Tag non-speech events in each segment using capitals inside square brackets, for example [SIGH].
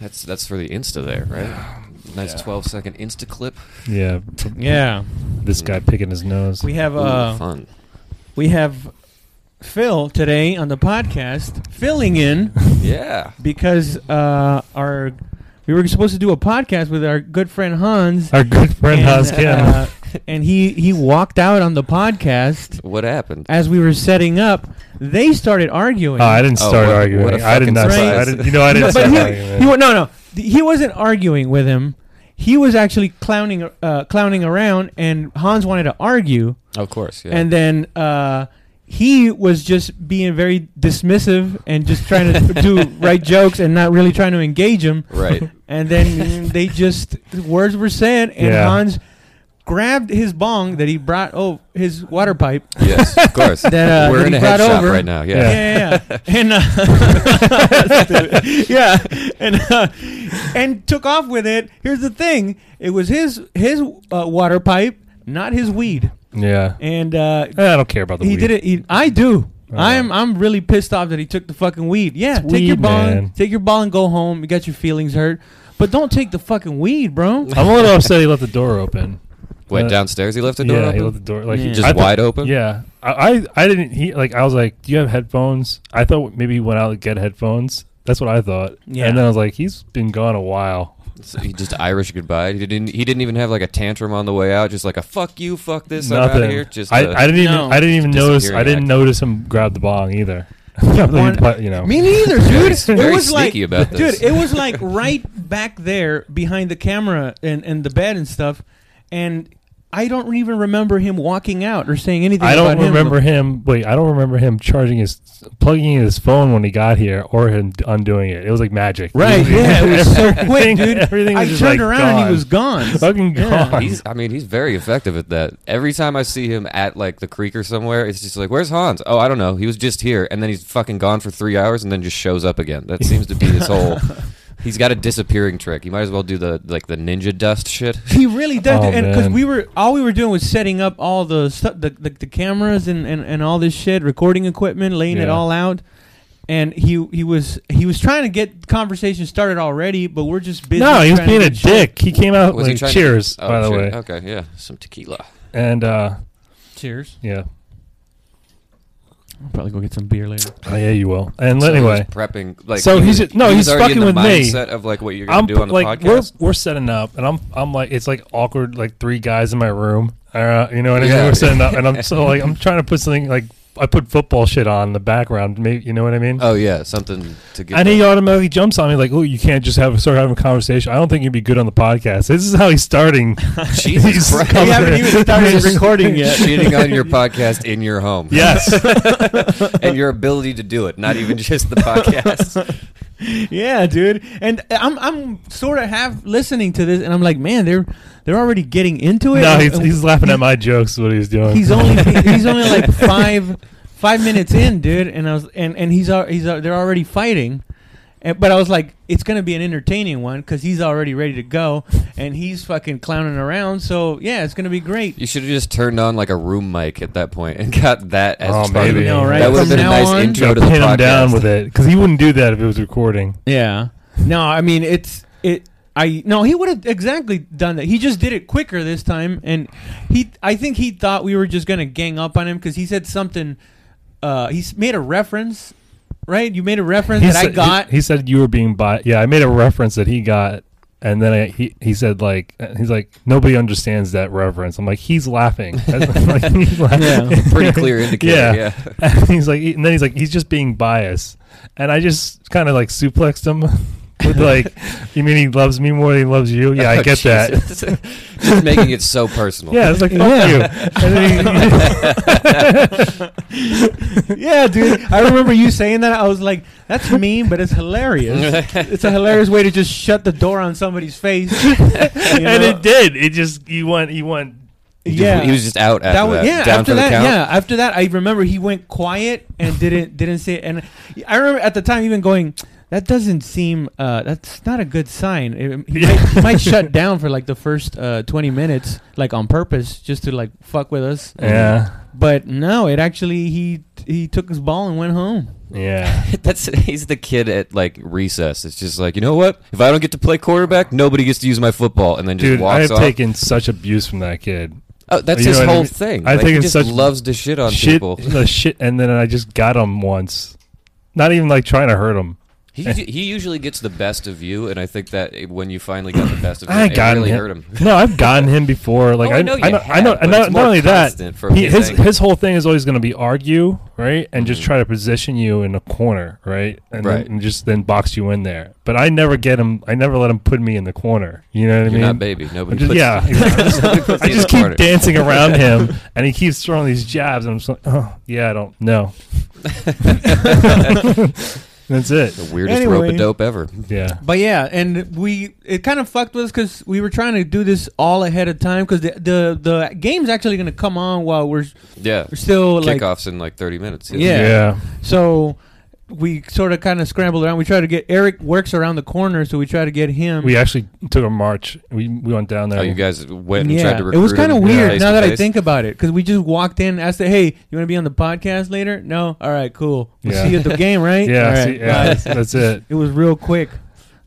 That's that's for the Insta there, right? Nice twelve second Insta clip. Yeah. p- Yeah. This guy picking his nose. We have Ooh, uh [LAUGHS] fun. we have Phil today on the podcast filling in Yeah. because uh our we were supposed to do a podcast with our good friend Hans Our good friend and, Haas, yeah. uh, and he he walked out on the podcast What happened? as we were setting up. They started arguing. oh, I didn't Oh, start what a- arguing. what a I did fucking not. surprise. I didn't, you know, I didn't but start he, arguing. he wa- no no Th- he wasn't arguing with him. He was actually clowning uh, clowning around, and Hans wanted to argue, Of course. Yeah. and then uh, he was just being very dismissive and just trying to [LAUGHS] do right jokes and not really trying to engage him. right. [LAUGHS] And [LAUGHS] then they just words were said, and Yeah. Hans grabbed his bong that he brought. Oh, his water pipe. Yes. Of course. [LAUGHS] That, uh, We're that in he a brought head shop over. right now. Yeah. Yeah. Yeah, yeah, yeah. and uh, yeah, [LAUGHS] and uh, [LAUGHS] and took off with it. Here's the thing: it was his his uh, water pipe, not his weed. yeah. And uh, Eh, I don't care about the he weed. did it. He, I do. All I'm I'm really pissed off that he took the fucking weed. Yeah, It's take your weed, ball, man. take your ball and go home. You got your feelings hurt, but don't take the fucking weed, bro. [LAUGHS] [LAUGHS] I'm a little upset he left the door open. Went Uh, downstairs. He left the door Yeah, he open. left the door like Yeah. Just I thought- wide open. Yeah, I, I I didn't. He like I was like, do you have headphones? I thought maybe he went out to get headphones. That's what I thought. Yeah. and then I was like, he's been gone a while. So he just Irish goodbye. He didn't. He didn't even have like a tantrum on the way out. Just like a fuck you, fuck this. I'm out Nothing. of here. Just I, uh, I didn't even No. I didn't even notice I Disappearing didn't act. notice him grab the bong either. [LAUGHS] But, you know, Me neither, [LAUGHS] dude. He's very it was sneaky like, about this. dude, it was like right back there behind the camera and, and the bed and stuff, and I don't even remember him walking out or saying anything. I don't about remember Him. him. Wait, I don't remember him charging his plugging in his phone when he got here or him undoing it. It was like magic. Right? Yeah, it was so quick, Everything- [LAUGHS] dude. everything was I just, turned like, around and gone. he was gone. fucking Yeah. gone. He's, I mean, he's very effective at that. Every time I see him at like the creek or somewhere, it's just like, "Where's Hans? Oh, I don't know. He was just here, and then he's fucking gone for three hours, and then just shows up again." That seems to be [LAUGHS] his whole. He's got a disappearing trick. You might as well do the like the ninja dust shit. He really does, Oh, dude. and because man. we were all we were doing was setting up all the stuff, the, the the cameras and, and and all this shit, recording equipment, laying it Yeah. all out. And he he was he was trying to get conversation started already, but we're just busy. No, he was trying to being a get shit- dick. He came out Was he like trying to- cheers, Oh, by the shit. way, Okay, yeah, some tequila. and uh, Cheers. [LAUGHS] yeah, I'll probably go get some beer later. oh yeah, you will. And So he was anyway, prepping like So he he's was- just- no, he was he's already in fucking the with me. mindset of like what you're gonna do on the like podcast. we're we're setting up, and I'm I'm like it's like awkward, like three guys in my room. Uh, you know what I mean? Yeah. We're setting up, and [LAUGHS] I'm so like I'm trying to put something like I put football shit on in the background. Maybe you know what I mean? Oh yeah, something to get. and he the- automatically jumps on me like, "Oh, you can't just have start having a conversation. I don't think you'd be good on the podcast." This is how he's starting. [LAUGHS] [LAUGHS] Jesus Christ. coming We haven't in. even started recording yet. shitting on your podcast in your home. [LAUGHS] yes, [LAUGHS] and your ability to do it, not even just the podcast. [LAUGHS] yeah, dude. And I'm I'm sort of half listening to this, and I'm like, man, they're they're already getting into it. no, And- he's, and he's laughing at my jokes. Is what he's doing. [LAUGHS] he's only he's only like five five minutes in, dude. And I was and and he's al- he's al- they're already fighting. And, but I was like, it's gonna be an entertaining one because he's already ready to go, and he's fucking clowning around. So yeah, it's gonna be great. you should have just turned on like a room mic at that point and got that as Oh, part of maybe. it. No, right? That would have From been a now nice on? intro Gotta to the pin podcast. him down [LAUGHS] with it because he wouldn't do that if it was recording. Yeah. No, I mean it's it. I no, he would have exactly done that. He just did it quicker this time, and he. I think he thought we were just gonna gang up on him because he said something. Uh, he s- made a reference, right? You made a reference that I said- got. He, he said you were being bi Yeah, I made a reference that he got, and then I, he he said like he's like nobody understands that reference. I'm like he's laughing. [LAUGHS] That's- [LAUGHS] like, he's laughing. [LAUGHS] Yeah. Pretty clear indicator. Yeah. Yeah. And [LAUGHS] he's like, and then he's like, he's just being biased, and I just kind of like suplexed him [LAUGHS] with [LAUGHS] like, you mean he loves me more than he loves you? Yeah, I Oh, get that. Jesus. [LAUGHS] just making it so personal. [LAUGHS] [LAUGHS] Yeah, it's like fuck Yeah. you. And then he- [LAUGHS] yeah, dude. I remember you saying that. I was like, "That's mean, but [LAUGHS] it's hilarious. it's a hilarious way to just shut the door on somebody's face." you and know? it did. It just you want you want. He just- he was just out after that. was- yeah, down after for that, the count. yeah, after that, I remember he went quiet and didn't didn't say. And I remember at the time even going, That doesn't seem. Uh, that's not a good sign. It- he might, [LAUGHS] he might shut down for like the first uh, twenty minutes, like on purpose, just to like fuck with us. Yeah. But no, it actually he he took his ball and went home. Yeah. [LAUGHS] That's he's the kid at like recess. It's just like you know what? If I don't get to play quarterback, nobody gets to use my football, and then just Dude, I walks have off. taken such abuse from that kid. oh, that's you his know what I whole mean? thing. I Like, think he just it's such loves to shit on shit, people. the shit, and then I just got him once. Not even like trying to hurt him. [LAUGHS] He, he usually gets the best of you, and I think that when you finally got the best of him, I it got really him. hurt [LAUGHS] him. No, I've gotten [LAUGHS] him before. Like Oh, I, I know I you know, I have, know, but and not, it's not more only that, constant from he, his his angle. his whole thing is always going to be argue, right, and just Mhm. try to position you in a corner, right, and, Right. Then, and just then box you in there. But I never get him. I never let him put me in the corner. You know You're what I mean? not baby. Nobody. I'm just- puts- [LAUGHS] yeah, exactly. [LAUGHS] I just- Nobody puts I you in just the keep corner. [LAUGHS] dancing around him, and he keeps throwing these jabs, and I'm just like, oh yeah, I [LAUGHS] don't know. That's it. The weirdest Anyway. rope a dope ever. Yeah. But yeah, and we it kind of fucked with us because we were trying to do this all ahead of time because the, the the game's actually gonna come on while we're, Yeah. we're still like Kickoffs in like 30 minutes. Yeah. so we sort of kind of scrambled around. We tried to get Eric works around the corner, so we tried to get him. We actually took a march. We we went down there. Oh, you guys went and yeah, tried to it recruit was kind of him weird face now to that I face? think about it because we just walked in, asked, "Hey, you want to be on the podcast later?" No, all right, cool. We'll Yeah. see you at the game, [LAUGHS] right? yeah, All right, see- yeah, bye." that's, [LAUGHS] that's it. It was real quick.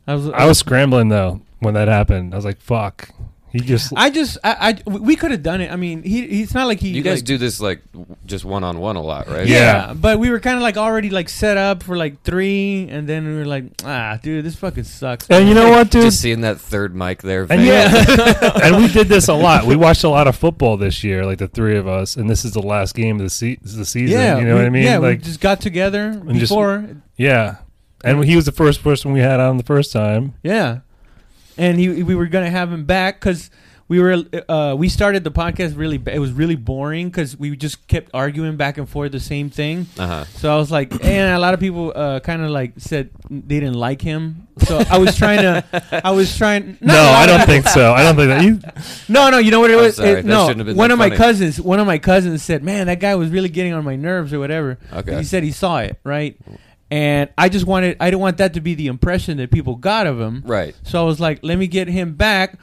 I was, I was scrambling though when that happened. I was like, "Fuck!" He just I just, I, I we could have done it. I mean, he, he's not like he. You guys like- do this like w- just one on one a lot, right? Yeah. Yeah. but we were kind of like already like set up for like three, and then we were like, ah, dude, this fucking sucks. and you know [LAUGHS] what, dude? Just seeing that third mic there. And vague. [LAUGHS] yeah, [LAUGHS] and we did this a lot. We watched a lot of football this year, like the three of us, and this is the last game of the, se- the season. yeah, you know we- what I mean? Yeah, like, we just got together And just- before. yeah. And he was the first person we had on the first [LAUGHS] time. yeah, and he we were gonna have him back because we were uh, we started the podcast really. ba- It was really boring because we just kept arguing back and forth the same thing. Uh-huh. So I was like, [CLEARS THROAT] and a lot of people uh, kind of like said they didn't like him. So I was trying to, I was trying. No, I don't think so. I don't think that. You, No, no, you know what it I'm was? Oh, sorry, It- that no, shouldn't have been one that of my funny. cousins, one of my cousins said, "Man, that guy was really getting on my nerves or whatever." Okay. He said he saw it, right? And I just wanted I didn't want that to be the impression that people got of him. Right. So I was like, "Let me get him back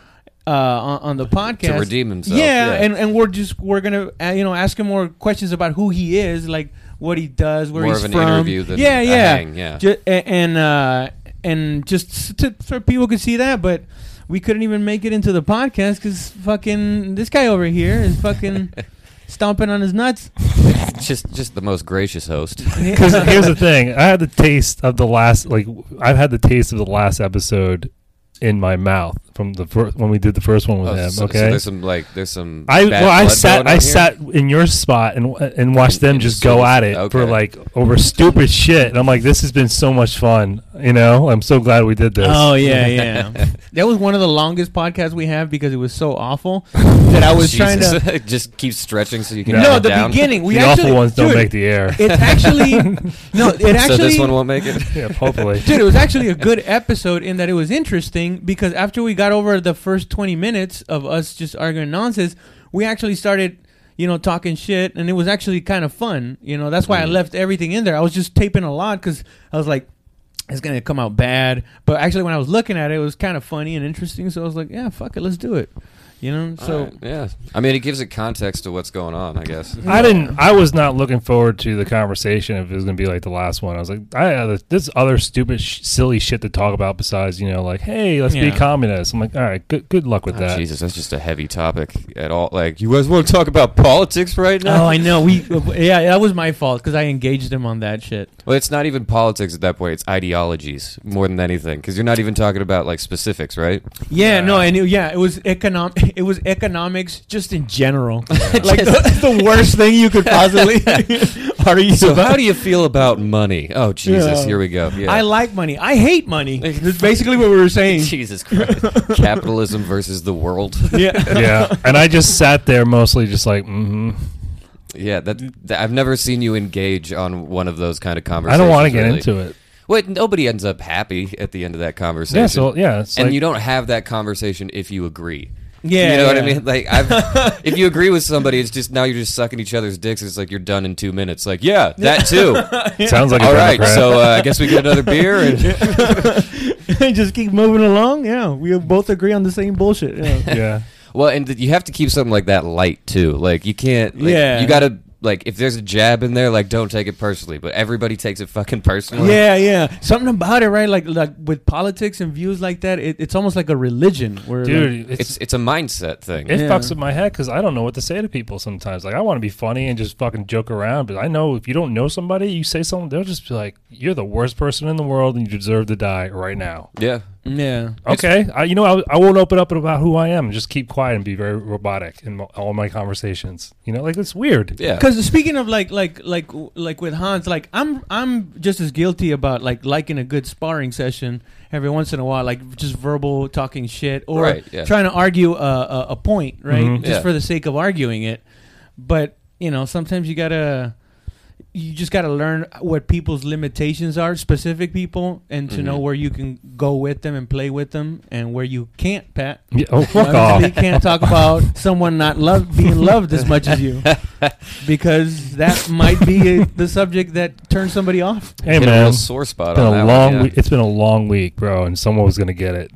uh, on, on the podcast redeem himself, Yeah, yeah. and and we're just we're going to uh, you know, ask him more questions about who he is, like what he does, where More he's of an from. interview than yeah, a yeah. hang, yeah. Ju- a- and uh and just s- to, so people could see that, but we couldn't even make it into the podcast because fucking this guy over here [LAUGHS] is fucking stomping on his nuts. Just just the most gracious [LAUGHS] host. Because here's the thing, I had the taste of the last, like I've had the taste of the last episode in my mouth from the first when we did the first one with Oh, him. so- so okay, there's some like there's some. I bad well, I blood sat going I on here? sat in your spot and and watched And- them and just just go sort of- at it for okay. like over stupid shit, and I'm like, this has been so much fun. You know, I'm so glad we did this. Oh [LAUGHS] yeah, yeah. that was one of the longest podcasts we have because it was so awful that I was trying [LAUGHS] to. Jesus. just keep stretching so you can. No, get No, it the down. [LAUGHS] beginning. We the actually, awful ones don't dude, make the air. It's [LAUGHS] actually no. It so actually. this one won't make [LAUGHS] it. yeah, hopefully. Dude, it was actually a good episode in that it was interesting because after we got over the first 20 minutes of us just arguing nonsense, we actually started, you know, talking shit and it was actually kind of fun. You know, that's why I Mm. left everything in there. I was just taping a lot cuz I was like it's going to come out bad, but actually when I was looking at it, it was kind of funny and interesting, so I was like, yeah, fuck it, let's do it. You know? So All [LAUGHS] right, yeah, I mean it gives it context to what's going on. I guess. I didn't. I was not looking forward to the conversation if it was going to be like the last one. I was like, I uh, this other stupid, sh- silly shit to talk about besides you know, like, hey, let's Yeah. be communists. I'm like, all right, good, good luck with Oh, that. Jesus, that's just a heavy topic at all. Like you guys want to talk about politics right now? Oh, I know. We yeah, that was my fault cuz I engaged him on that shit. Well, it's not even politics at that point. It's ideologies more than anything, because you're not even talking about like specifics, right? Yeah, Yeah. no, and it, yeah, it was economic. [LAUGHS] It was economics just in general, like [LAUGHS] Just- the, [LAUGHS] the worst thing you [LAUGHS] could possibly argue So about. how do you feel about money? Oh Jesus, Yeah. here we go. Yeah. I like money. I hate [LAUGHS] money. That's basically what we were saying. Jesus Christ, capitalism versus the world. [LAUGHS] Yeah, yeah, and I just sat there mostly, just like, mm-hmm. Yeah, that, that- I've never seen you engage on one of those kind of I conversations. don't want to get really. into it. Wait, nobody ends up happy at the end of that conversation. Yeah, so yeah, it's and like, you don't have that conversation if you agree. Yeah, you know what I yeah. [LAUGHS] mean? Like, [LAUGHS] I've, if you agree with somebody, it's just now you're just sucking each other's dicks. And it's like you're done in two minutes. Like, yeah, that too. Sounds like a All right, Democrat. so uh, I guess we get another beer. [LAUGHS] And [LAUGHS] just keep moving along. Yeah, we both agree on the same bullshit. [LAUGHS] [LAUGHS] Yeah. [LAUGHS] yeah, well, and th- you have to keep something like that light too. Like, you can't. Like, Yeah. you gotta like if there's a jab in there, like don't take it personally. But everybody takes it fucking personally. Yeah, yeah. Something about it, right? Like, like with politics and views like that, it, it's almost like a religion. Where, like- dude, it's, it's it's a mindset thing. it Yeah. fucks with my head because I don't know what to say to people sometimes. Like I want to be funny and just fucking joke around, but I know if you don't know somebody, you say something, they'll just be like, "You're the worst person in the world, and you deserve to die right now." yeah. yeah, Okay, I, you know I, I won't open up about who I am. Just keep quiet and be very robotic in mo- all my conversations. You know, like it's weird. Yeah. Because speaking of like like like like with Hans, like I'm I'm just as guilty about like liking a good sparring session every once in a while, like just verbal talking shit or Right, yeah. trying to argue a, a, a point, right? Mhm. Just Yeah. for the sake of arguing it. But you know, sometimes you gotta you just gotta learn what people's limitations are, specific people, and to know Mhm. where you can go with them and play with them, and where you can't. Pat, Yeah, oh you fuck off. obviously can't talk about someone not love being loved as much as [LAUGHS] you because that might be the subject that turns somebody off. Hey Hit a man, real it's sore spot been on a that long. one, yeah. week, it's been a long week, bro, and someone was gonna get it.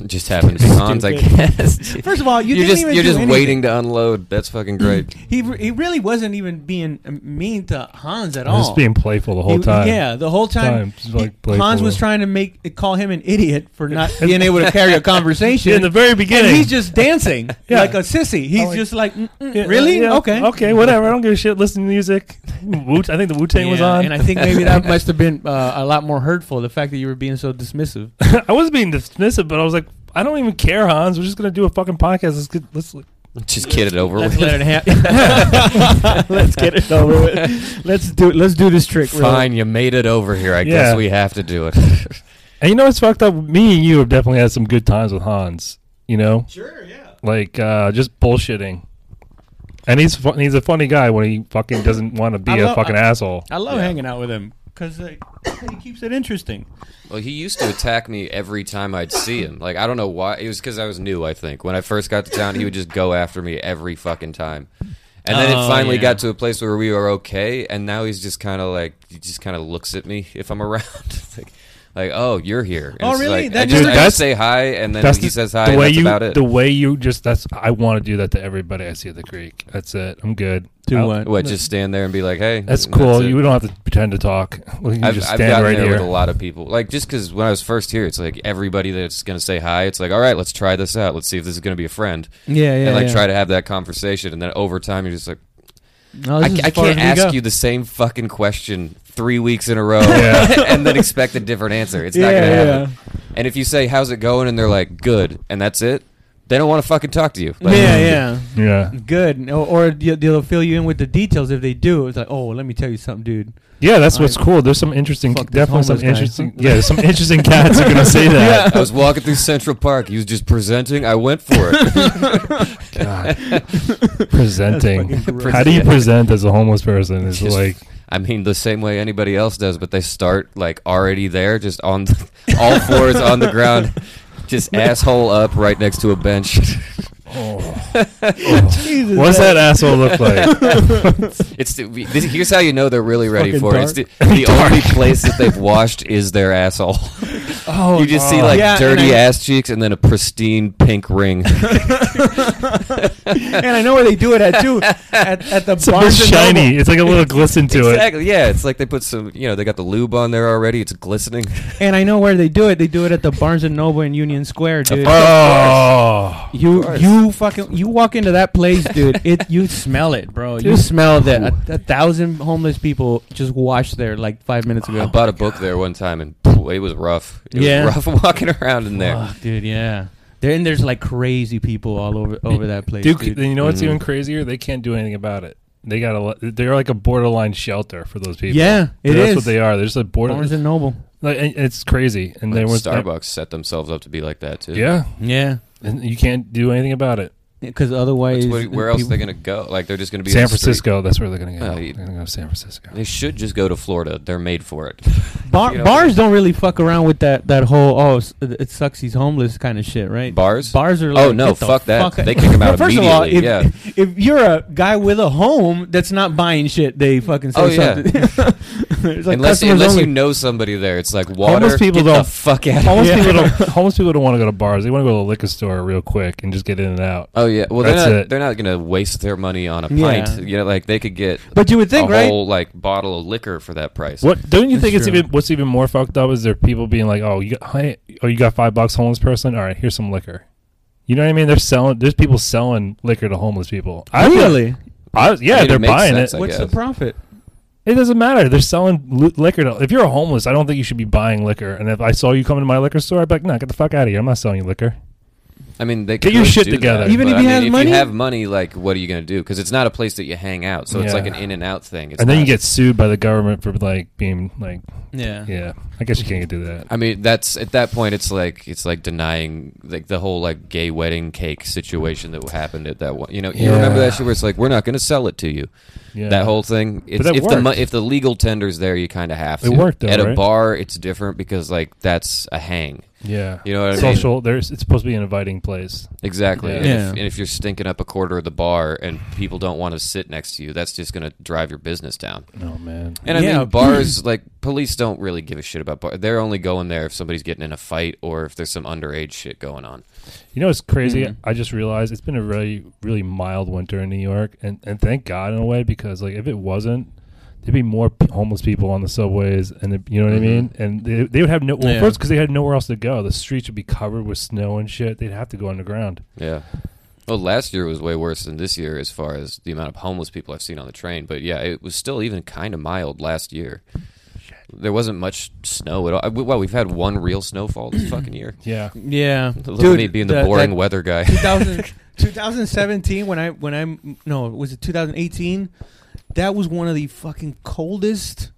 It just happened [LAUGHS] to be Hans, I [LAUGHS] guess. First of all, you are didn't just even you're do just anything. waiting to unload. That's fucking [LAUGHS] great. He re- he really wasn't even being um, mean to Hans at I was all. just being playful the whole He- time. yeah, the whole time. Time, just, like, he- Hans playful. was trying to make call him an idiot for [LAUGHS] not being able to carry a conversation. in the very and beginning. he's just dancing Yeah. like a sissy. He's Oh, like- just like, "Mm, mm, Yeah, really? yeah, okay, okay, whatever. I don't give a shit. Listen to music. [LAUGHS] Wu- I think the Wu Tang was Yeah, on. and I think maybe [LAUGHS] that must have been uh, a lot more hurtful. The fact that you were being so dismissive. [LAUGHS] I was being dismissive, but I was like, I don't even care, Hans. We're just gonna do a fucking podcast. Let's get let's just get it over Let's with. let [LAUGHS] it happen. [LAUGHS] let's get it over with. Let's do it. Let's do this trick. really. Fine, you made it over here. I Yeah. guess we have to do it. And you know what's fucked up? Me and you have definitely had some good times with Hans. You know? Sure, yeah. Like uh, just bullshitting. And he's fu- he's a funny guy when he fucking doesn't want to be I a love- fucking I- asshole. I love Yeah. hanging out with him because [COUGHS] he keeps it interesting. well, he used to attack me every time I'd see him. Like I don't know why. It was because I was new. I think when I first got to town, he would just go after me every fucking time. And then Oh, it finally yeah. got to a place where we were okay, and now he's just kind of like he just kind of looks at me if I'm around. [LAUGHS] like, like, oh, you're here. And Oh, it's just really? Like, I That just, dude, I that's- just say hi, and then That's he the- says hi. the and way that's you about it. the way you just that's I want to do that to everybody I see at the creek. That's it. I'm good. Oh. I'll- what? Just stand there and be like, hey. That's and cool. it. you don't have to pretend to talk. [LAUGHS] You I've, just I've stand gotten right there here. with a lot of people. Like, just because when I was first here, it's like everybody that's going to say hi, it's like, all right, let's try this out. Let's see if this is going to be a friend. Yeah, yeah. and like yeah. try to have that conversation. And then over time, you're just like, No, I, this is I as far can't as ask we go. you the same fucking question three weeks in a row Yeah. [LAUGHS] and then expect a different answer. It's not Yeah, going to yeah. happen. And if you say, how's it going? And they're like, good. And that's it. They don't want to fucking talk to you. Like, [LAUGHS] yeah, yeah. yeah, Good, or, or they'll- they'll fill you in with the details if they do. It's like, oh, let me tell you something, dude. yeah. That's what's I- cool. There's some interesting, Fuck this definitely some homeless guy. [LAUGHS] interesting. Yeah, there's some interesting cats are gonna say that. I was walking through Central Park. He was just presenting. I went for [LAUGHS] it. God. [LAUGHS] presenting. That's fucking gross. How do you present as a homeless person? It's Just- [LAUGHS] like I mean, the same way anybody else does, but they start like already there, just on all fours on the ground, [LAUGHS] just asshole up right next to a bench. [LAUGHS] Jesus, What's oh. that asshole look [LAUGHS] [LAUGHS] like? It's the, we- this, here's how you know they're really ready fucking for it. It's the, dark. [LAUGHS] the only place that they've washed is their asshole. Oh, you just see God. like Yeah, and dirty I- ass cheeks and then a pristine pink ring. [LAUGHS] and I know where they do it at [LAUGHS] too. At, at the It's a little Barnes and Noble. shiny. It's like a little glisten to it. exactly. Yeah, it's like they put some. You know, they got the lube on there already. It's glistening. And I know where they do it. They do it at the Barnes and Noble in Union Square, dude. Oh, You Oh, course. you fucking you walk into that place, [LAUGHS] dude. It you smell it, bro. You smell that a, a thousand homeless people just washed there like five minutes I ago. bought a book there one time and phew, it was rough. It Oh, Yeah. was rough [LAUGHS] walking around in there. Fuck, dude, yeah. There and there's like crazy people all over over that place, dude. dude. You know what's Mhm. even crazier? They can't do anything about it. They got to. They're like a borderline shelter for those people. Yeah, it that's is. what they are. They're just a border. Barnes and Noble. Like, and- it's crazy. And there was Starbucks set themselves up to be like that too. Yeah, Yeah, and you can't do anything about it. because otherwise, That's what- where else are people- they going to go? Like they're just going to be on San the street. Francisco. That's where they're gonna go. Oh, they're you- gonna go to San Francisco. [LAUGHS] They should just go to Florida. They're made for it. Bar, You know- bars don't really fuck around with that that whole oh s- it sucks he's homeless kind of shit, right? Bars? bars are like, Oh, no, "Get the fuck that. fuck out-" They kick 'em out First of all, if, immediately, if you're a guy with a home that's not buying shit, they fucking say Oh, yeah. something. [LAUGHS] It's like unless customers unless only. you know somebody there, it's like water. Homeless people get don't- the fuck out. [LAUGHS] Homeless Yeah. people don't. Homeless people don't want to go to bars. They want to go to the liquor store real quick and just get in and out. [LAUGHS] Oh yeah, well they're That's not, it. they're not gonna waste their money on a Yeah. pint. You know, like they could get but you would think, a right? whole like bottle of liquor for that price. What don't you That's think? It's true. even what's even more fucked up is there people being like, oh, you got hey, oh you got five bucks, homeless person. All right, here's some liquor. You know what I mean? They're selling. There's people selling liquor to homeless people. I would- really? I, was- I yeah, mean, it they're makes buying sense, it. I What's the guess. profit? It doesn't matter. They're selling lu- liquor. To, if you're a homeless, I don't think you should be buying liquor. And if I saw you coming to my liquor store, I'd be like, nah, get the fuck out of here. I'm not selling you liquor. I mean, they Get could your really shit do together. that, Even but I if you mean, had if money? you have money, like what are you gonna do? Because it's not a place that you hang out, so it's Yeah. like an in and out thing. It's and then you not- get sued by the government for like being like, Yeah. yeah, I guess you can't do that. I mean, that's at that point. It's like it's like denying like the whole like gay wedding cake situation that happened at that one. You know, you Yeah. remember that shit where it's like we're not going to sell it to you. Yeah. That whole thing. It's, that if the mo- worked. if the legal tender's there, you kind of have to. It worked, though, at a right? bar. It's different because like that's a hang. yeah. You know what I mean? Social. There's. It's supposed to be an inviting place. Exactly. Yeah. And, Yeah. If, and if you're stinking up a quarter of the bar and people don't want to sit next to you, that's just going to drive your business down. Oh man. And I Yeah. mean, [CLEARS THROAT] bars like police don't really give a shit about bars. They're only going there if somebody's getting in a fight or if there's some underage shit going on. You know it's crazy? Mm-hmm. Mhm. I just realized it's been a really, really mild winter in New York, and and thank God in a way because like if it wasn't, there'd be more p- homeless people on the subways, and it- you know what Mhm. I mean. And they, they would have no well, Yeah. first because they had nowhere else to go. The streets would be covered with snow and shit. They'd have to go underground. Yeah. Well, last year was way worse than this year as far as the amount of homeless people I've seen on the train. But yeah, it was still even kind of mild last year. There wasn't much snow at all. I- Well, we've had one real snowfall this fucking [CLEARS THROAT] year. Yeah, Yeah. Look at me being the that- boring that- weather guy. 2000, 2017 when I when I no was it 2018 that was one of the fucking coldest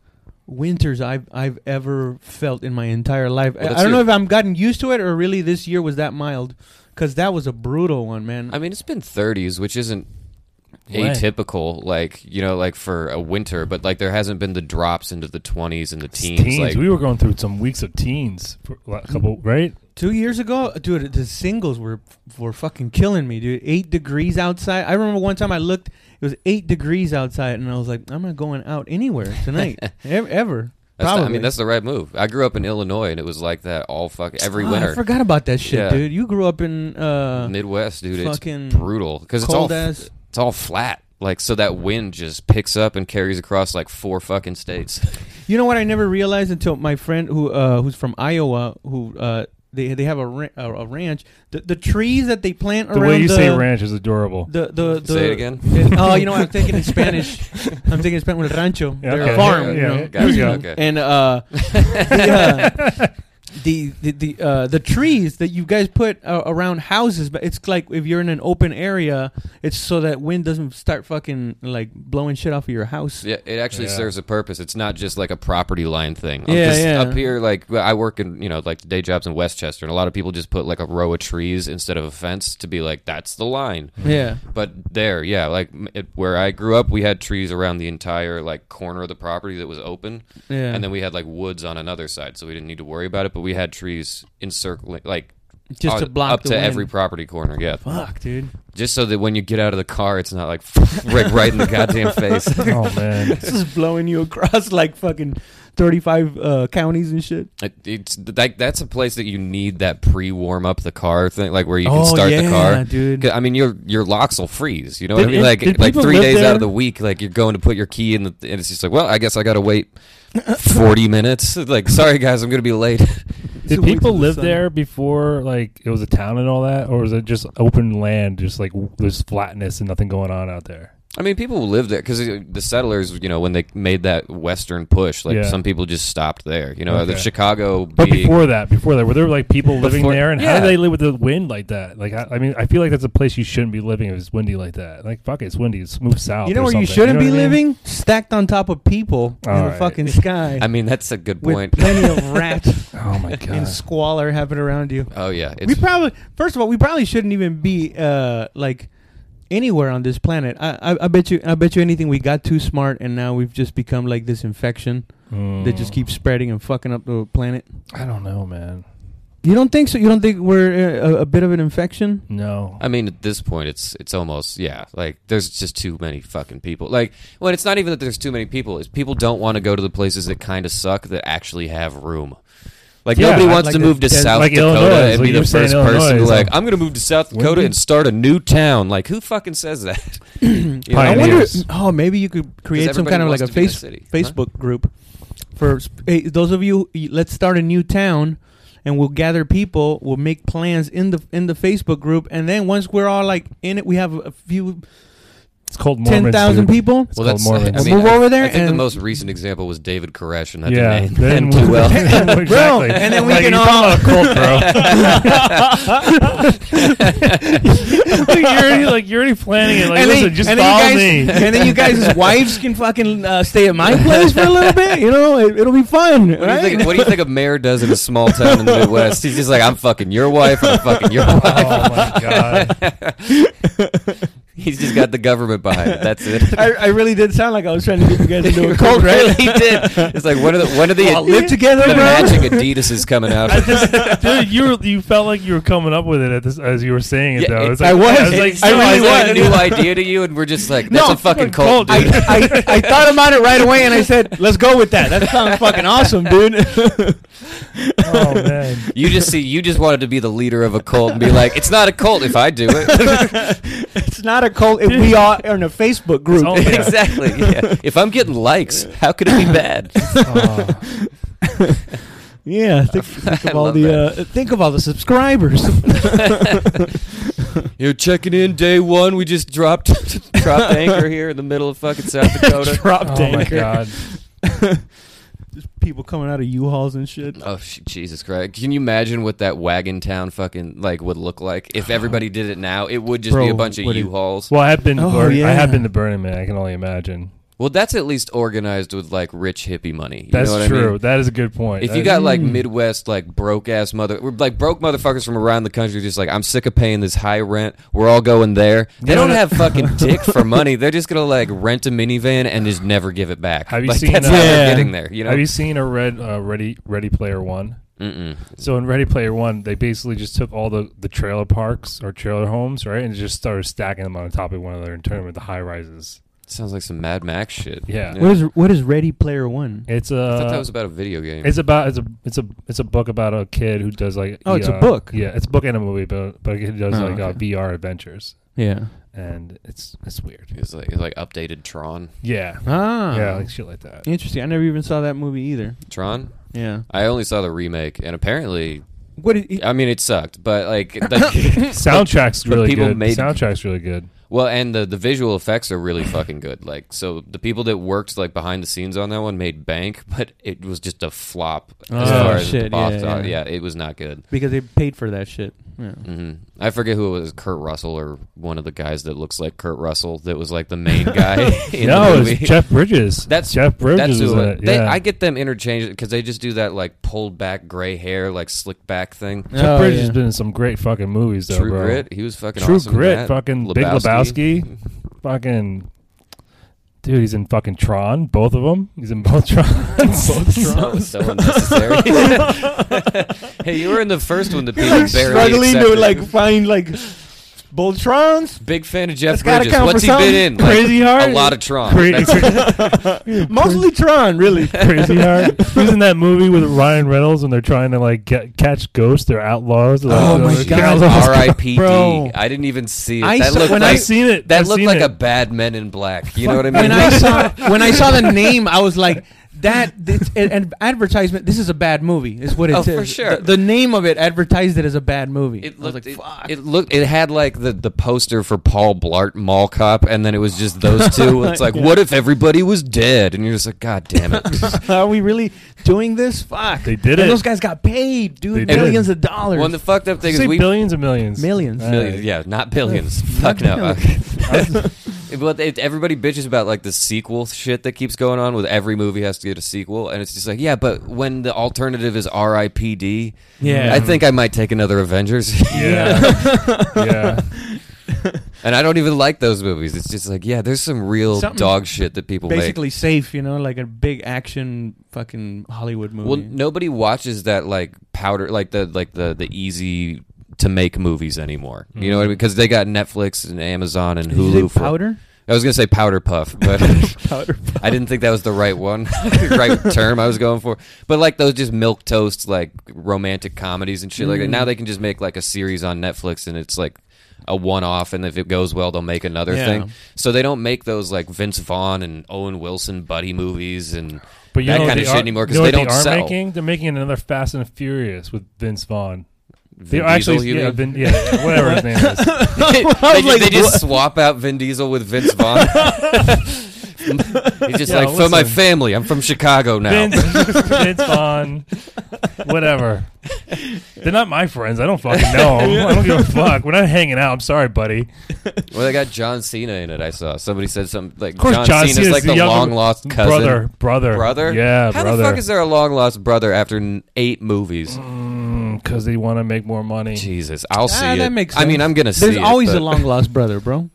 winters I've I've ever felt in my entire life. Well, I, that's I don't know your- if I'm gotten used to it or really this year was that mild cuz that was a brutal one, man. I mean, it's been 30s, which isn't Right. atypical, like you know, like for a winter. But like, there hasn't been the drops into the 20s and the It's teens. like, Mm-hmm. we were going through some weeks of teens for a lot- couple, right? 2 years ago, dude, the singles were were fucking killing me, dude. 8 degrees outside. I remember one time I looked, it was 8 degrees outside and I was like, I'm not going out anywhere [LAUGHS] tonight. ever. ever. that's the- I Probably. mean, that's the right move. I grew up in Illinois, and it was like that all fuck every Ah, I winter. forgot about that shit, Yeah. dude. You grew up in uh Midwest, dude, it's fucking brutal because it's all cold f- ass. it's all flat. Like so that wind just picks up and carries across like four fucking states. [LAUGHS] You know what? I never realized until my friend who uh, who's from Iowa, who uh, they they have a ra- a, a ranch. The, the trees that they plant The around way you the, say ranch is [LAUGHS] adorable. The the, the Say it again. it- [LAUGHS] oh, you know what? I'm thinking in [LAUGHS] Spanish. I'm thinking in Spanish. Rancho, Yeah, their okay. farm. Yeah, you know? yeah. There you go. Okay. And uh, the, [LAUGHS] uh, the the the, uh, the trees that you guys put uh, around houses, but it's like if you're in an open area, it's so that wind doesn't start fucking like blowing shit off of your house. Yeah, it actually Yeah. serves a purpose. It's not just like a property line thing. I'm Yeah, just yeah. Up here, like well, I work in, you know, like day jobs in Westchester, and a lot of people just put like a row of trees instead of a fence to be like, that's the line. Yeah. But there, yeah, like m- it, where I grew up, we had trees around the entire like corner of the property that was open, Yeah. and then we had like woods on another side, so we didn't need to worry about it. But we had trees encircling, like just on- to block up the to wind. every property corner. Yeah, [LAUGHS] Fuck, dude. just so that when you get out of the car, it's not like [LAUGHS] right, right in the goddamn [LAUGHS] face. oh man, This is blowing you across [LAUGHS] like fucking 35 uh, counties and shit. It, it's like that's a place that you need that pre warm up the car thing, like where you can Oh, start yeah, the car. dude. 'Cause, I mean, your your locks will freeze. You know what Did- I mean? it- Like did like people three live days there? out of the week, like you're going to put your key in the, and it's just like, well, I guess I got to wait forty minutes. [LAUGHS] Like, sorry guys, I'm going to be late. [LAUGHS] It's a Did way people to the live sun. there before, like it was a town and all that, or was it just open land, just like w- there's flatness and nothing going on out there? I mean, people lived there because the settlers, you know, when they made that western push, like Yeah. some people just stopped there. You know, the Okay. Chicago. But being- before that, before that, were there like people living Before- there? And yeah. how do they live with the wind like that? Like, I, I mean, I feel like that's a place you shouldn't be living if it's windy like that. Like, fuck, it, it's windy. Let's move south. You know or where you Oh, something. shouldn't know be what I mean? living? Stacked on top of people in All the right. fucking sky I mean, that's a good with point. [LAUGHS] plenty of rats Oh [LAUGHS] my and god. squalor happening around you. [LAUGHS] oh yeah, we it's, probably, first of all, we probably shouldn't even be uh, like anywhere on this planet. I, I, I bet you, I bet you anything. We got too smart, and now we've just become like this infection Mm. that just keeps spreading and fucking up the planet. I don't know, man. You don't think so? You don't think we're uh, a, a bit of an infection? No. I mean, at this point, it's it's almost yeah. Like there's just too many fucking people. Like well, it's not even that there's too many people. It's people don't want to go to the places that kind of suck that actually have room. Like Yeah, nobody I'd wants like to to- move to yeah, South like Dakota Illinois, and like be you the were saying first person to be Illinois, like, so- I'm going to move to South Wouldn't Dakota you- and start a new town. Like who fucking says [CLEARS THROAT] that? [CLEARS THROAT] You know? I wonder. Pioneers. Oh, maybe you could create some everybody kind of like wants to a be in a face, city, huh? Facebook group for sp- hey, those of you. y- Let's start a new town, and we'll gather people. We'll make plans in the in the Facebook group, and then once we're all like in it, we have a few it's called Mormons. ten thousand dude. [LAUGHS] people. [LAUGHS] It's called uh, Mormons. I mean- We'll move over there I think the and- most recent example was David Koresh, and that yeah. didn't they end [LAUGHS] didn't too [LAUGHS] work. well. exactly. Bro, and then we Like, can you're all- talking about [LAUGHS] a cult, bro. [LAUGHS] you're, already, like, you're already planning it. Like, listen, just [LAUGHS] and follow then you guys, [LAUGHS] me. and then [LAUGHS] you guys' wives can fucking uh, stay at my place for a little bit. You know, it, it'll be fun, What do, right? you think, what do you think a mayor does in a small town in the Midwest? He's just like, I'm fucking your wife, I'm fucking your [LAUGHS] oh wife. my god. [LAUGHS] He's just got the government behind it. That's it. I, I really did sound like I was trying to get you guys into [LAUGHS] a You cult, right? really did. It's like one of the one of the, We'll all live together, the bro. magic Adidas is coming out. [LAUGHS] I just, dude, you were, you felt like you were coming up with it at this, as you were saying it Yeah, though. it- It's like, I was. I was like, It's I no, not really like I was. a [LAUGHS] new idea to you, and we're just like, that's No, a fucking fucking cult, cult, dude. dude. I, I, I thought about it right away and I said, let's go with that. That sounds fucking awesome, dude. [LAUGHS] Oh man. you just see, you just wanted to be the leader of a cult and be like, it's not a cult if I do [LAUGHS] it. [LAUGHS] it's not a cult. If we are in a Facebook group. It's all- yeah. exactly. Yeah. If I'm getting likes, how could it be [LAUGHS] bad? Oh. [LAUGHS] yeah. Think, think I of all love the that. uh, think of all the subscribers. [LAUGHS] You're checking in day one. We just dropped [LAUGHS] dropped anchor here in the middle of fucking [LAUGHS] South Dakota. Drop Oh my tanker. god. People coming out of U-Hauls and shit. Oh sh- Jesus Christ! Can you imagine what that wagon town fucking like would look like if everybody did it now? It would just be a Bro, bunch of what it- U-Hauls. Well, I have been. to Oh, Burn- I have yeah. been to Burning Man. I can only imagine. Well, that's at least organized with like rich hippie money. You That's know what true. I mean? That is a good point. If you That- got like Midwest, like broke ass mother, we're like broke motherfuckers from around the country, just like I'm sick of paying this high rent. We're all going there. They You know don't what- have fucking [LAUGHS] dick for money. They're just gonna like rent a minivan and just never give it back. Have you Like, seen, That's how they're uh, getting there. You know. have you seen a red uh, Ready Ready Player One? Mm-mm. So in Ready Player One, they basically just took all the, the trailer parks or trailer homes, right, and just started stacking them on top of one another and turning them into high rises. Sounds like some Mad Max shit. Yeah. What is what is Ready Player One? It's I a. thought that was about a video game. it's about it's a it's a it's a book about a kid who does like Oh, it's a uh, book. yeah it's a book and a movie but but he does Oh, like uh, okay. VR adventures Yeah. and it's it's weird It's like it's like updated Tron. yeah Ah. yeah like shit like that Interesting. I never even saw that movie either. Tron. Yeah. I only saw the remake, and apparently, What? Is, I mean, it sucked. But [LAUGHS] [LAUGHS] like, the, [LAUGHS] soundtrack's But really people good made- soundtrack's really good well, and the the visual effects are really fucking good. Like, so the people that worked like behind the scenes on that one made bank, [LAUGHS] but it was just a flop as Oh, far as the shit, box yeah, office- yeah. yeah, it was not good. because they paid for that shit. Yeah. hmm I forget who it was, Kurt Russell or one of the guys that looks like Kurt Russell that was like the [LAUGHS] main guy [LAUGHS] in the no, movie. it's Jeff That's- Bridges. That's Jeff [LAUGHS] Bridges. That's is who in it- it. they, yeah. I get them interchanged because they just do that like pulled back gray hair, like slick back thing. Jeff Oh, Bridges has been in some great fucking movies, though, True bro. Grit, he was fucking True awesome in Grit, that. fucking Big Lebowski, [LAUGHS] fucking dude. He's in fucking Tron, both of them. He's in both [LAUGHS] Tron. both That was so unnecessary. [LAUGHS] hey, you were in the first one that people like barely struggling to accepted. like find like [LAUGHS] Boltrons, Big fan of Jeff That's gotta Bridges. count for What's he something. been in? Like, Crazy Heart. A lot of Tron. Crazy, That's- [LAUGHS] mostly Tron, really. crazy Heart. He was in that movie with Ryan Reynolds when they're trying to like get, catch ghosts. They're outlaws. They're Oh, like, my they're [LAUGHS] God. outlaws. [LAUGHS] R.I.P.D. Bro. I didn't even see it. I that saw- looked when I've like seen it. that I've looked seen like it. a bad Men in Black. You know what I mean? [LAUGHS] when I saw when I saw the name, I was like, that it's an, an advertisement. This is a bad movie. Is what it Oh, says. for sure. The, the name of it advertised it as a bad movie. It I was looked like, it, fuck. it looked it had like the, the poster for Paul Blart Mall Cop and then it was just those [LAUGHS] two. It's like what if everybody was dead? And you're just like god damn it. [LAUGHS] [LAUGHS] Are we really doing this? Fuck. They did And it. Those guys got paid, dude. They did. Millions of dollars. well, and the fucked up thing Say is we billions and millions. Millions. All right. Millions, yeah, not billions. [LAUGHS] Fuck no. Okay. [LAUGHS] but it, everybody bitches about like the sequel shit that keeps going on with every movie has to get a sequel, and it's just like, yeah, but when the alternative is R.I.P.D., Yeah. I think I might take another Avengers, [LAUGHS] Yeah. [LAUGHS] yeah. and I don't even like those movies. It's just like, yeah, there's some real Something dog shit that people make. basically safe, you know, like a big action fucking Hollywood movie. Well, nobody watches that like powder, like the like the the easy to make movies anymore. You know what I mean? Because they got Netflix and Amazon and Mm-hmm. Did you say Hulu. for- powder? I was gonna say powder puff, [LAUGHS] but. powder. I didn't think that was the right one, [LAUGHS] right term I was going for. But like those just milk toast, like romantic comedies and shit like that. Now they can just make like a series on Netflix, and it's like a one-off, and if it goes well, they'll make another Yeah. thing. So they don't make those like Vince Vaughn and Owen Wilson buddy movies and But you that know kind they of shit are, anymore you because know they what don't are sell. Making? They're making another Fast and Furious with Vince Vaughn. Vin they're actually Diesel, you [LAUGHS] yeah, mean? Vin, [LAUGHS] yeah, whatever his name is. they, I was ju- like, they just swap out Vin Diesel with Vince Vaughn. [LAUGHS] He's just Yeah, like for my listen. family. I'm from Chicago now. [LAUGHS] Vince, Vince Vaughn, whatever. They're not my friends. I don't fucking know. 'em. I don't give a fuck. We're not hanging out. I'm sorry, buddy. Well, they got John Cena in it. I saw somebody said something like course, John, John Cena's, Cena's like the the, younger long lost cousin, Brother, brother, brother. Yeah, How brother. the fuck is there a long lost brother after n- eight movies? because Mm, they want to make more money. Jesus, I'll see Ah, it. that makes I mean, sense. I'm gonna see. There's always it, a long lost brother, bro.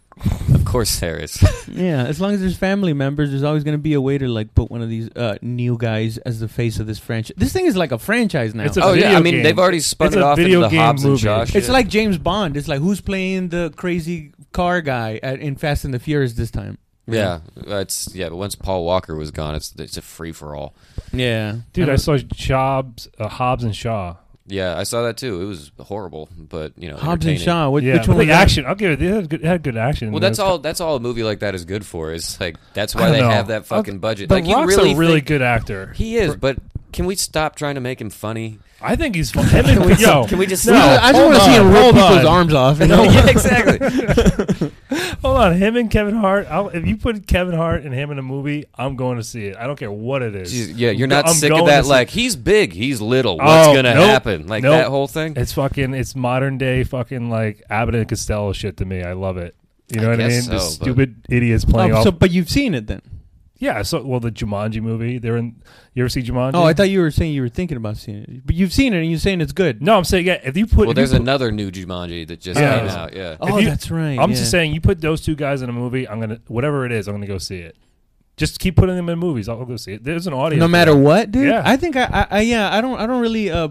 Of course, there is. Yeah, as long as there's family members, there's always going to be a way to like put one of these uh, new guys as the face of this franchise. This thing is like a franchise now. It's It's, [LAUGHS] a- oh yeah, video I mean, game. they've already spun It's it a off into video the game Hobbs and movie. Josh. shit. like James Bond. It's like who's playing the crazy car guy at, in Fast and the Furious this time? yeah, it's yeah. But once Paul Walker was gone, it's it's a free for all. Yeah, Dude, And I it- saw Jobs, uh, Hobbs and Shaw. Yeah, I saw that too. It was horrible, but you know, Hobbs and entertaining. Shaw. What, yeah, which but one? was the that? [LAUGHS] action. I'll give it. It had good, it had good action. Well, It that's was- all. That's all a movie like that is good for. Is like that's I why don't they know. have that I'll- fucking budget. But like Rock's you really a really think- good actor. He is, but can we stop trying to make him funny? I [LAUGHS] think he's fun. Him and- yo, Can we just No, stop? I just hold want to see on, him roll hold people's on. arms off. You [LAUGHS] know? [LAUGHS] yeah, [LAUGHS] exactly. Hold on, him and Kevin Hart. I'll, if you put Kevin Hart and him in a movie, I'm going to see it. I don't care what it is. Jeez, yeah, you're go- not I'm sick of going that. to see- Like he's big, he's little. What's Oh, gonna nope, happen? Like nope. that whole thing. It's fucking. It's modern day fucking like Abbott and Costello shit to me. I love it. You know I what I mean? guess the so, but- stupid idiots playing Oh, off. so, but you've seen it then? yeah. So well, the Jumanji movie. They're in. You ever see Jumanji? Oh, I thought you were saying you were thinking about seeing it, but you've seen it and you're saying it's good. No, I'm saying yeah. If you put, Well, if you there's put- another new Jumanji that just Yeah. came out. Yeah. If Oh, you- that's right. I'm yeah. just saying, you put those two guys in a movie. I'm gonna whatever it is. I'm gonna go see it. Just keep putting them in movies. I'll go see it. There's an audience. No matter what, dude. Yeah. I think I, I, I yeah. I don't. I don't really. Uh,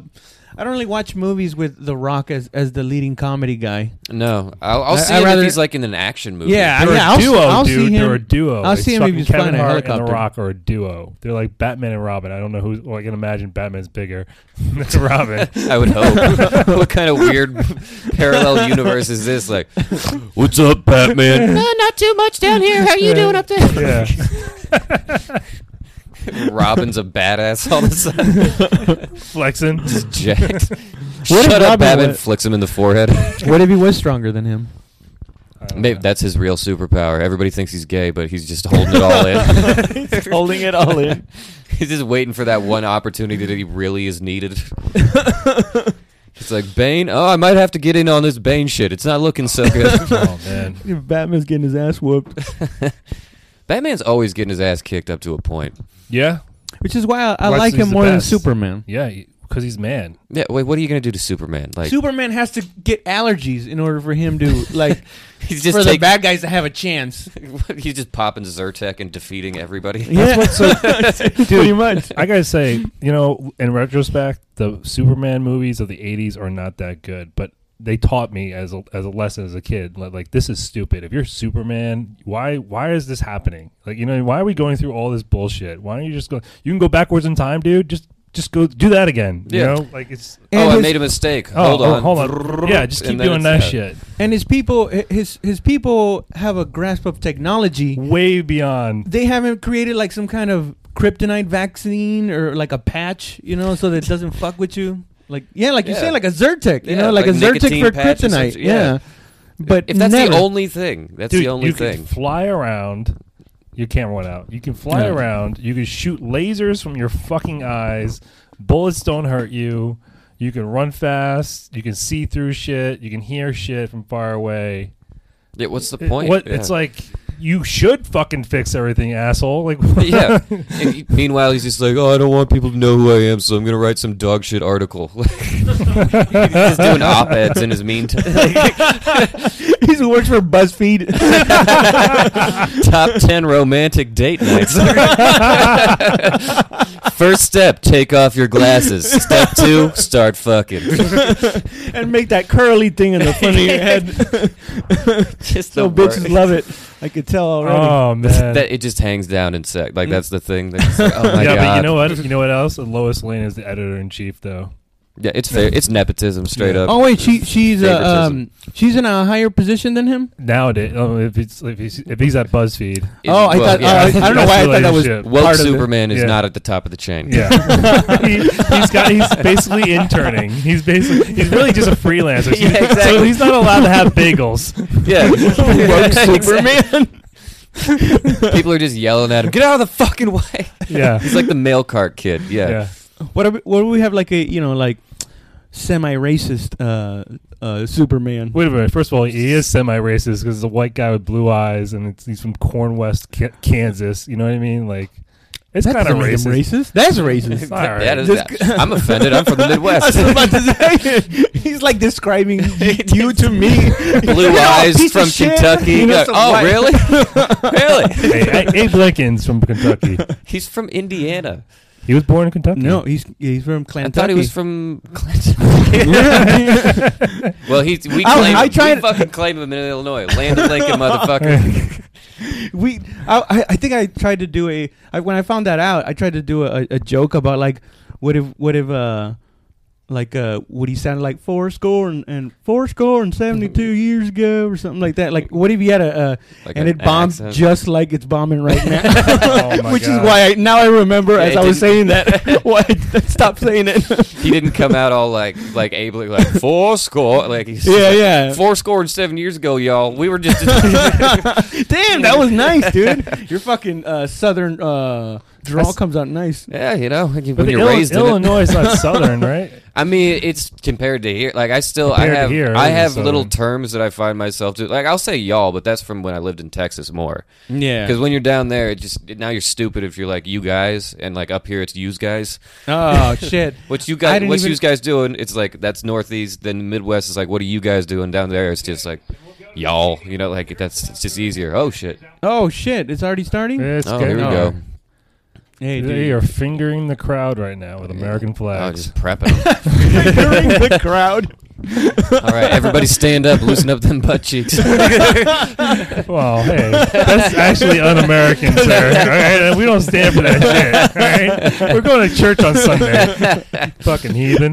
I don't really watch movies with The Rock as, as the leading comedy guy. No, I'll, I'll I- see I'd it rather- if he's like in an action movie. Yeah, They're yeah, a I'll, duo, I'll dude. see him. They're a duo. I'll It's see him if fucking he's Kevin flying a Hart and helicopter. The Rock are a duo. They're like Batman and Robin. I don't know who's. Well, I can imagine Batman's bigger [LAUGHS] [LAUGHS] than Robin. I would [LAUGHS] hope. what kind of weird [LAUGHS] parallel universe is this? Like, what's up, [LAUGHS] Batman? not too much down here. How you doing up there? [LAUGHS] yeah. Robin's a badass all of a sudden. Flexing. Jacked. What if Shut up, Robin Batman. went- Flicks him in the forehead. [LAUGHS] What if he was stronger than him? I don't Maybe know. that's his real superpower. Everybody thinks he's gay, but he's just holding it all in. [LAUGHS] [LAUGHS] Holding it all [LAUGHS] in. He's just waiting for that one opportunity that he really is [LAUGHS] needed. it's like Bane. Oh, I might have to get in on this Bane shit. It's not looking so [LAUGHS] good. Oh man. Batman's getting his ass whooped, Batman's always getting his ass kicked up to a point. Yeah. which is why I, I Lex like is him the more than best. Superman. Yeah. Because he's man. Yeah. Wait, what are you gonna do to Superman? Like Superman has to get allergies in order for [LAUGHS] him to like he's just for the taking, bad guys to have a chance. [LAUGHS] he's just popping Zyrtec and defeating everybody. Yeah, [LAUGHS] Pretty much. I gotta say, you know, in retrospect, the Superman movies of the '80s are not that good, but they taught me as a, as a lesson as a kid. Like, like, this is stupid. If you're Superman, why why is this happening? Like, you know, why are we going through all this bullshit? Why don't you just go? You can go backwards in time, dude. Just just go do that again. You Yeah. know, like it's. [LAUGHS] Oh, And I his- made a mistake. Oh, hold oh, on. hold on. Yeah, just And keep then doing that it's- shit. and his people, his his people have a grasp of technology. Way beyond. They haven't created like some kind of kryptonite vaccine or like a patch, you know, so that it doesn't fuck with you. Like yeah, like you Yeah. say, like a Zyrtec, you Yeah, know, like, like a Zyrtec nicotine for patch or kryptonite. something, Yeah. yeah. but If that's never. the only thing, that's Dude, the only you thing. can fly around. Your camera went out. You can fly Yeah. around. You can shoot lasers from your fucking eyes. Bullets don't hurt you. You can run fast. You can see through shit. You can hear shit from far away. yeah, what's the It- point? what Yeah. it's like. You should fucking fix everything, asshole. Like, [LAUGHS] yeah. And he- meanwhile, he's just like, "Oh, I don't want people to know who I am, so I'm gonna write some dog shit article." [LAUGHS] he's just doing op eds in his meantime. [LAUGHS] He's who works for BuzzFeed. [LAUGHS] [LAUGHS] Top ten romantic date nights. [LAUGHS] First step: take off your glasses. Step two: start fucking. [LAUGHS] and make that curly thing in the front of your head. [LAUGHS] just so the bitches worst. Uh, love it. I could tell already. [LAUGHS] oh man. That it just hangs down in sec. Like that's the thing. That's just like, oh my yeah, god. but you know what? You know what else? Lois Lane is the editor in chief, though. yeah, it's fair. It's nepotism straight Yeah. up. oh wait, she she's uh, um Favoritism. she's in a higher position than him. Nowadays, oh, if he's if he's if he's at BuzzFeed, It- oh, I well, thought yeah. uh, I don't know why I thought that was Relationship. Woke part of it. Superman is Yeah. not at the top of the chain. Yeah, [LAUGHS] he, he's got. He's basically interning. He's basically. He's really just a freelancer. [LAUGHS] Yeah, So- So exactly. he's not allowed to have [LAUGHS] bagels. [LAUGHS] [LAUGHS] Yeah. [LAUGHS] Woke Superman. People are just yelling at him. Get out of the fucking way. Yeah. He's like the mail cart kid. Yeah. Yeah. What are we, what do we have like a you know like semi-racist uh uh Superman? Wait a minute. First of all, he is semi-racist because he's a white guy with blue eyes, and it's, he's from Corn West, K- Kansas. You know what I mean? Like, it's kind of doesn't make him racist. [LAUGHS] racist. That's racist. It's [LAUGHS] not [LAUGHS] That- that racist. is. Just- I'm offended. I'm from the Midwest. [LAUGHS] I was about to say, he's [LAUGHS] like describing you to [LAUGHS] me. Blue You're a eyes piece of from shit. Kentucky. [LAUGHS] You know, Yeah. some oh, white- really? [LAUGHS] really? Hey, A- Abe Lincoln's from Kentucky. He's from Indiana. He was born in Kentucky. No, he's he's I from Clantucky. thought he was [LAUGHS] from [LAUGHS] Well, he's we I- claim I we tried- fucking claim him in Illinois. Land of [LAUGHS] Lincoln, motherfucker. we I, I- I think I tried to do a I, when I found that out I tried to do a, a joke about like what if what if uh like uh would he sound like four score and, and four score and 72 years ago or something like that like what if he had a uh, Like and an it bombed accent. just like it's bombing right now [LAUGHS] Oh, my which God. is why I now I remember Yeah, as it I was saying didn't- that [LAUGHS] why I stopped saying it [LAUGHS] he didn't come out all like like ably like four score like he's yeah yeah four score and seven years ago, y'all. We were [LAUGHS] just [LAUGHS] damn that was nice dude your fucking uh southern uh draw That's- comes out nice yeah, you know when But you're Illi- raised in it. Illinois is not southern, right? I mean, it's compared to here. Like I still Compared to I have here, I it is have southern. little terms that I find myself to like I'll say y'all, but that's from when I lived in Texas more. yeah Because when you're down there, it just now you're stupid if you're like you guys, and like up here it's yous guys. oh [LAUGHS] shit What you I guys, didn't what even- you guys doing? It's like that's northeast. Then Midwest is like, what are you guys doing down there? It's just like, y'all, you know, like that's it's just easier. Oh shit! Oh shit! It's already starting. It's oh, good. here we no. go. Hey, They are fingering the crowd right now with American Oh, flags. just [LAUGHS] prepping. during the crowd. All right, everybody stand up, loosen up them butt cheeks. [LAUGHS] Well, hey, that's actually un-American, sir. All right? We don't stand for that shit. All right? We're going to church on Sunday. Fucking heathen. [LAUGHS]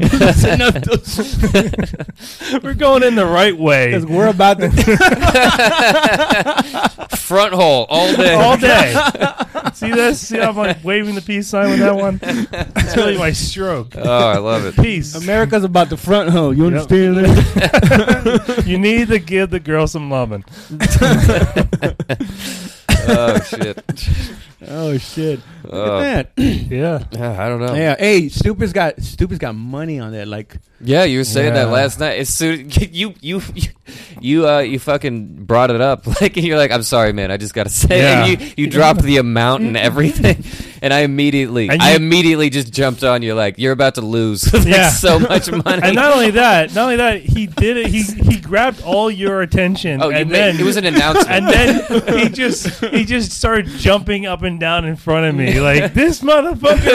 We're going in the right way [LAUGHS] Because we're about [LAUGHS] to. [LAUGHS] [LAUGHS] Front hole all day. [LAUGHS] all day. See this? See how I'm like waving the peace sign with that one? It's really my stroke. Oh, I love it. Peace. America's about to front hoe. You Yep. understand that? [LAUGHS] you need to give the girl some loving. Oh shit. [LAUGHS] oh shit! Look Oh. at that. [CLEARS THROAT] Yeah. Yeah, I don't know. Yeah, yeah. Hey, Stupid's got Stupid's got money on that. [LAUGHS] Like, [LAUGHS] you were saying Yeah. that last night. As soon [LAUGHS] you you you you, uh, you fucking brought it up, [LAUGHS] like and you're like, I'm sorry, man. I just gotta say, and Yeah. you you dropped the amount and [LAUGHS] everything, and I immediately And I you- immediately just jumped on you, like you're about to lose [LAUGHS] like, Yeah. so much money. [LAUGHS] And not [LAUGHS] only that, not only that, he did it. He he grabbed all your attention. oh, you and made, then, it was an announcement. [LAUGHS] and then he just he just started jumping up and down in front of me like this motherfucker. Right [LAUGHS] here."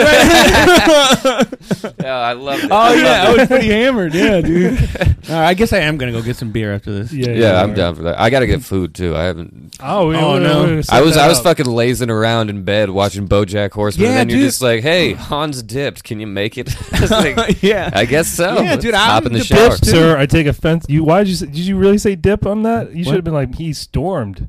oh, I love it. oh I yeah, I loved was it. [LAUGHS] pretty hammered. Yeah, dude. All right, I guess I am gonna go get some beer after this. Yeah, [LAUGHS] I'm down for that. I gotta get food too. I haven't. Oh, we, Oh, we- no. we- we set I was that I was up. fucking lazing around in bed watching BoJack Horseman, Yeah, and then you're dude. just like, "Hey, Hans dipped. Can you make it?" [LAUGHS] I [LAUGHS] was like, yeah. I guess so. Yeah, dude, Let's I'm hop in the, the shower. best. Sir, I take offense. You why did you say, did you really say dip on that? You should have been like he stormed.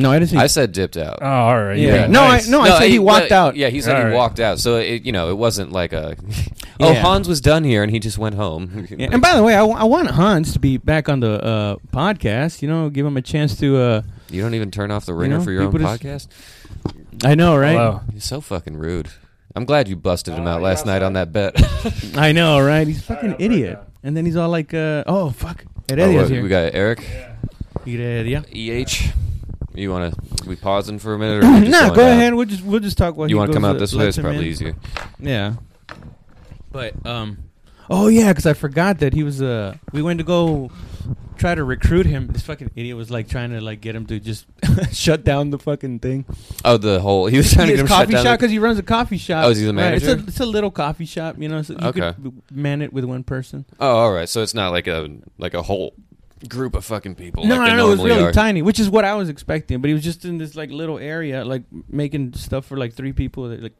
No, I didn't see. I said dipped out. Oh, all right. Yeah. Yeah. No, I- nice. Uh, no, I said he walked no, out. Yeah, he said he Alright. walked out. So it, you know, it wasn't like a. [LAUGHS] oh, Yeah. Hans was done here, and he just went home. Yeah, and by the way, I, wa- I want Hans to be back on the uh, podcast. You know, give him a chance to. Uh, you don't even turn off the ringer know, for your own people just- podcast. I know, right? Hello. You're so fucking rude. I'm glad you busted him Uh, out you're last night outside. on that bet. I know, right? He's a fucking I'll break idiot. down. And then he's all like, uh, "Oh fuck, [LAUGHS] Oh, Heredia's what, here." we got Eric, Heredia. EH. You want to? We pausing for a minute? Or [CLEARS THROAT] we just [CLEARS THROAT] nah, going go out? ahead. We'll just we'll just talk while You he want to goes come out to- this way? lets It's him probably in. easier. Yeah. But um, oh yeah, because I forgot that he was uh, we went to go try to recruit him. This fucking idiot was like trying to like get him to just [LAUGHS] shut down the fucking [LAUGHS] thing. Oh, the whole he was trying to His get him shut coffee down. shop because he runs a coffee shop. Oh, is he the Right, manager? It's, a, it's a little coffee shop, you know. So you Okay. could b- man it with one person. oh, all right. So it's not like a like a whole group of fucking people. no, like no, they no, it was normally really are. tiny, which is what I was expecting. But he was just in this like little area, like making stuff for like three people that like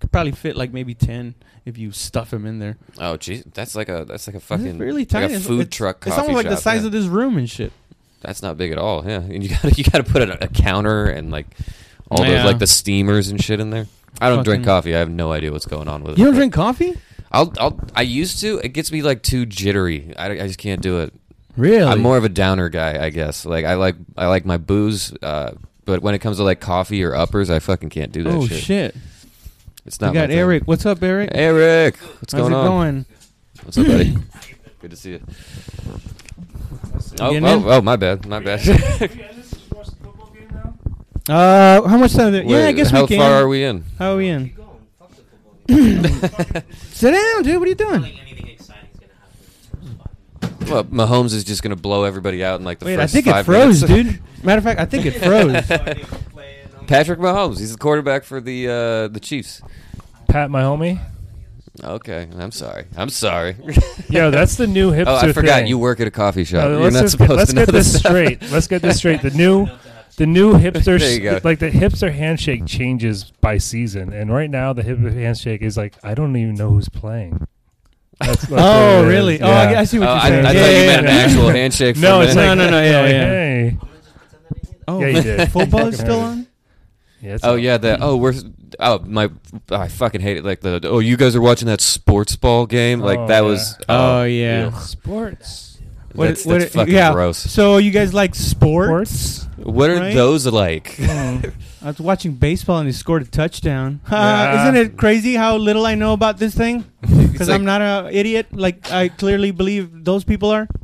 could probably fit like maybe ten if you stuff him in there. Oh, geez, that's like a that's like a It's fucking really tiny. like a It's- food it's- truck. It's coffee almost like the shop, size yeah. of this room and shit. That's not big at all. Yeah, [LAUGHS] and you got to you got to put a, a counter and like all Yeah. those like the steamers and shit in there. I don't drink Fucking- coffee. I have no idea what's going on with it. You don't but drink coffee, I'll, I'll I used to. It gets me like too jittery. I, I just can't do it. really? I'm more of a downer guy, I guess. Like I like I like my booze, uh, but when it comes to like coffee or uppers, I fucking can't do that Oh shit. shit! It's We not. got my thing. Eric. What's up, Eric? Eric, what's How's going it on? going? What's up, buddy? Good to see you. Oh, Getting oh, in? oh, my bad, my [LAUGHS] bad. Uh, how much time? Did, yeah, I Wait, guess how we can. far are we in? How are we in? [LAUGHS] Sit down, dude. What are you doing? Well, Mahomes is just gonna blow everybody out in like the Wait, I first think it five froze, minutes. dude. Matter of fact, I think it froze. [LAUGHS] Patrick Mahomes, he's the quarterback for the uh, the Chiefs. Pat, my homie. Okay, I'm sorry. I'm sorry. [LAUGHS] Yo, that's the new hipster oh, I forgot thing. you work at a coffee shop. Uh, You're let's not just get, supposed let's to know get this, this stuff. straight. Let's get this straight. The new, the new hipster, There you go. sh- like the hipster handshake changes by season, and right now the hipster handshake is like I don't even know who's playing. That's, that's Oh, what it is. really? Oh, I, Yeah. I see Oh, what I, I you're saying. thought you Yeah, yeah, meant yeah. an [LAUGHS] actual handshake. [LAUGHS] No, for it's a minute. like, No, no, no, yeah, like, yeah. Hey. Oh, Yeah, you did. [LAUGHS] Football is still on. Yeah, [LAUGHS] it's Oh on. yeah, that. Oh, we're. Oh my, I fucking hate it. Like the. Oh, you guys are watching that sports ball game. Like Oh, that yeah. was. Oh Oh, yeah. Sports. What- that's, what- that's fucking yeah. gross. So you guys like sports? Sports. What are Right? those like? Hmm. I was watching baseball and he scored a touchdown. [LAUGHS] Yeah. Isn't it crazy how little I know about [LAUGHS] this thing? Because It's like- I'm not an idiot. Like I clearly believe those people are. [LAUGHS]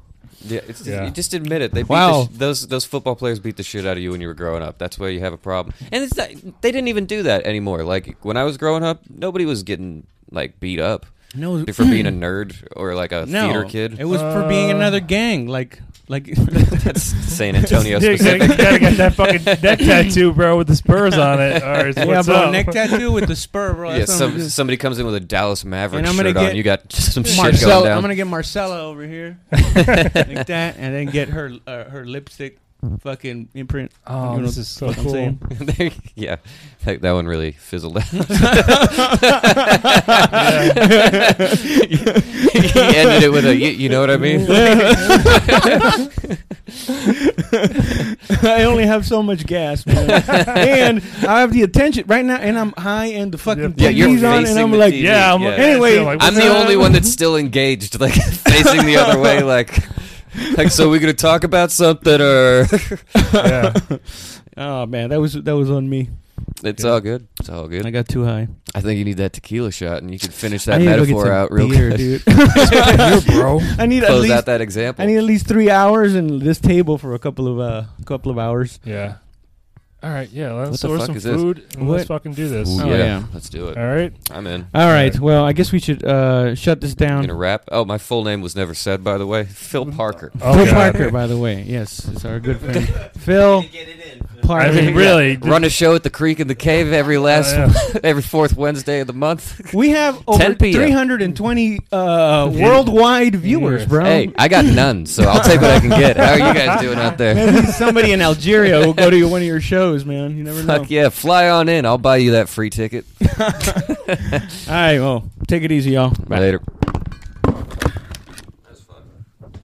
Yeah, it's, Yeah. you just admit it. They beat Wow. the sh- those those football players beat the shit out of you when you were growing up. That's why you have a problem. And it's not, they didn't even do that anymore. Like when I was growing up, nobody was getting like beat up No, for being [CLEARS THROAT] a nerd or like a no, theater kid. It was for being Uh, another gang. Like [LAUGHS] like. [LAUGHS] That's San Antonio Yeah, specific. you gotta get that [LAUGHS] fucking neck tattoo, bro, with the Spurs on it. Or it's yeah, what's bro. up. Neck tattoo with the spur, bro. yeah, That's what I'm some, gonna do. somebody comes in with a Dallas Maverick And I'm shirt gonna on. get You got [LAUGHS] just some shit Marcel, going down. I'm gonna get Marcella over here [LAUGHS] like that, and then get her uh, her lipstick fucking [LAUGHS] imprint. [LAUGHS] Oh, You know this is so what I'm cool. saying? There- yeah, that, that one really fizzled [LAUGHS] out. [LAUGHS] he ended it with a, you, you know what I [LAUGHS] mean? I only have so much gas, [LAUGHS] man, and I have the attention right now, and I'm high, and the fucking Yeah, you're TV's on, and facing I'm the like, TV. Yeah, I'm Yeah. Anyway, I'm [LAUGHS] like, I'm what's the up? only one that's still engaged, like [LAUGHS] facing the other way, like, like so we're gonna talk about something or [LAUGHS] Yeah. oh man, that was that was on me. it's Yeah. all good. It's all good. I got too high. I think you need that tequila shot, and you can finish that I need to go get metaphor some out real beer, quick. [LAUGHS] dude. bro. I need at Close least out that example. I need at least three hours and this table for a couple of uh couple of hours. [LAUGHS] Yeah. All right. Yeah. What Let's the order fuck some is this? food and What? let's fucking do this. Ooh, Oh, yeah. yeah. let's do it. All right. I'm in. All right. right. Well, I guess we should uh, shut this down. In a wrap. Oh, my full name was never said, by the way. Phil Mm. Parker. Oh, Phil God. Parker, by the way. Yes, it's our [LAUGHS] good friend. Phil Parker. I mean, really. Run a show at the Creek in the Cave every last, Oh, [LAUGHS] every fourth Wednesday of the month. We have over 10 p.m. 320 uh, worldwide viewers, Viewers. bro. [LAUGHS] Hey, I got none, so I'll take what I can get. How are you guys doing out [LAUGHS] there? Maybe somebody in Algeria will go to one of your shows, man. You never know. Fuck yeah, fly on in. I'll buy you that free ticket. All right, well, take it easy, y'all. Bye. Later.